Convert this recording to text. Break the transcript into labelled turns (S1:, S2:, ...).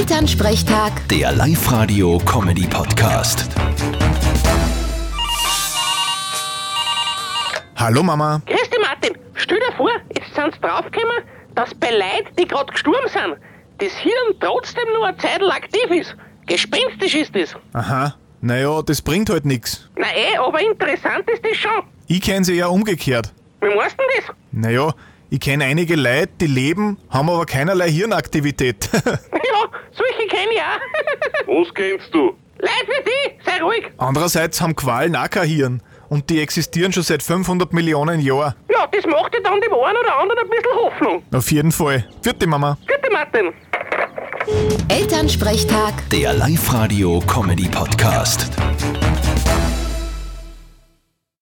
S1: Elternsprechtag,
S2: Der Live-Radio-Comedy-Podcast.
S3: Hallo Mama.
S4: Grüß dich, Martin. Stell dir vor, jetzt sind sie draufgekommen, dass bei Leuten, die gerade gestorben sind, das Hirn trotzdem nur eine Zeit lang aktiv ist. Gespenstisch ist das.
S3: Aha. Naja, das bringt halt nix.
S4: Na eh, aber interessant ist das schon.
S3: Ich kenn sie ja umgekehrt.
S4: Wie meinst du denn das?
S3: Naja, ich kenn einige Leute, die leben, haben aber keinerlei Hirnaktivität.
S4: ja, solche kenne ich auch.
S5: Was kennst du?
S4: Leute wie die, sei ruhig.
S3: Andererseits haben Qualen auch kein Hirn. Und die existieren schon seit 500 Millionen Jahren.
S4: Ja, das macht dir dann dem einen oder anderen ein bisschen Hoffnung.
S3: Auf jeden Fall. Vierte Mama.
S4: Bitte, Martin.
S1: Elternsprechtag.
S2: Der Live-Radio-Comedy-Podcast.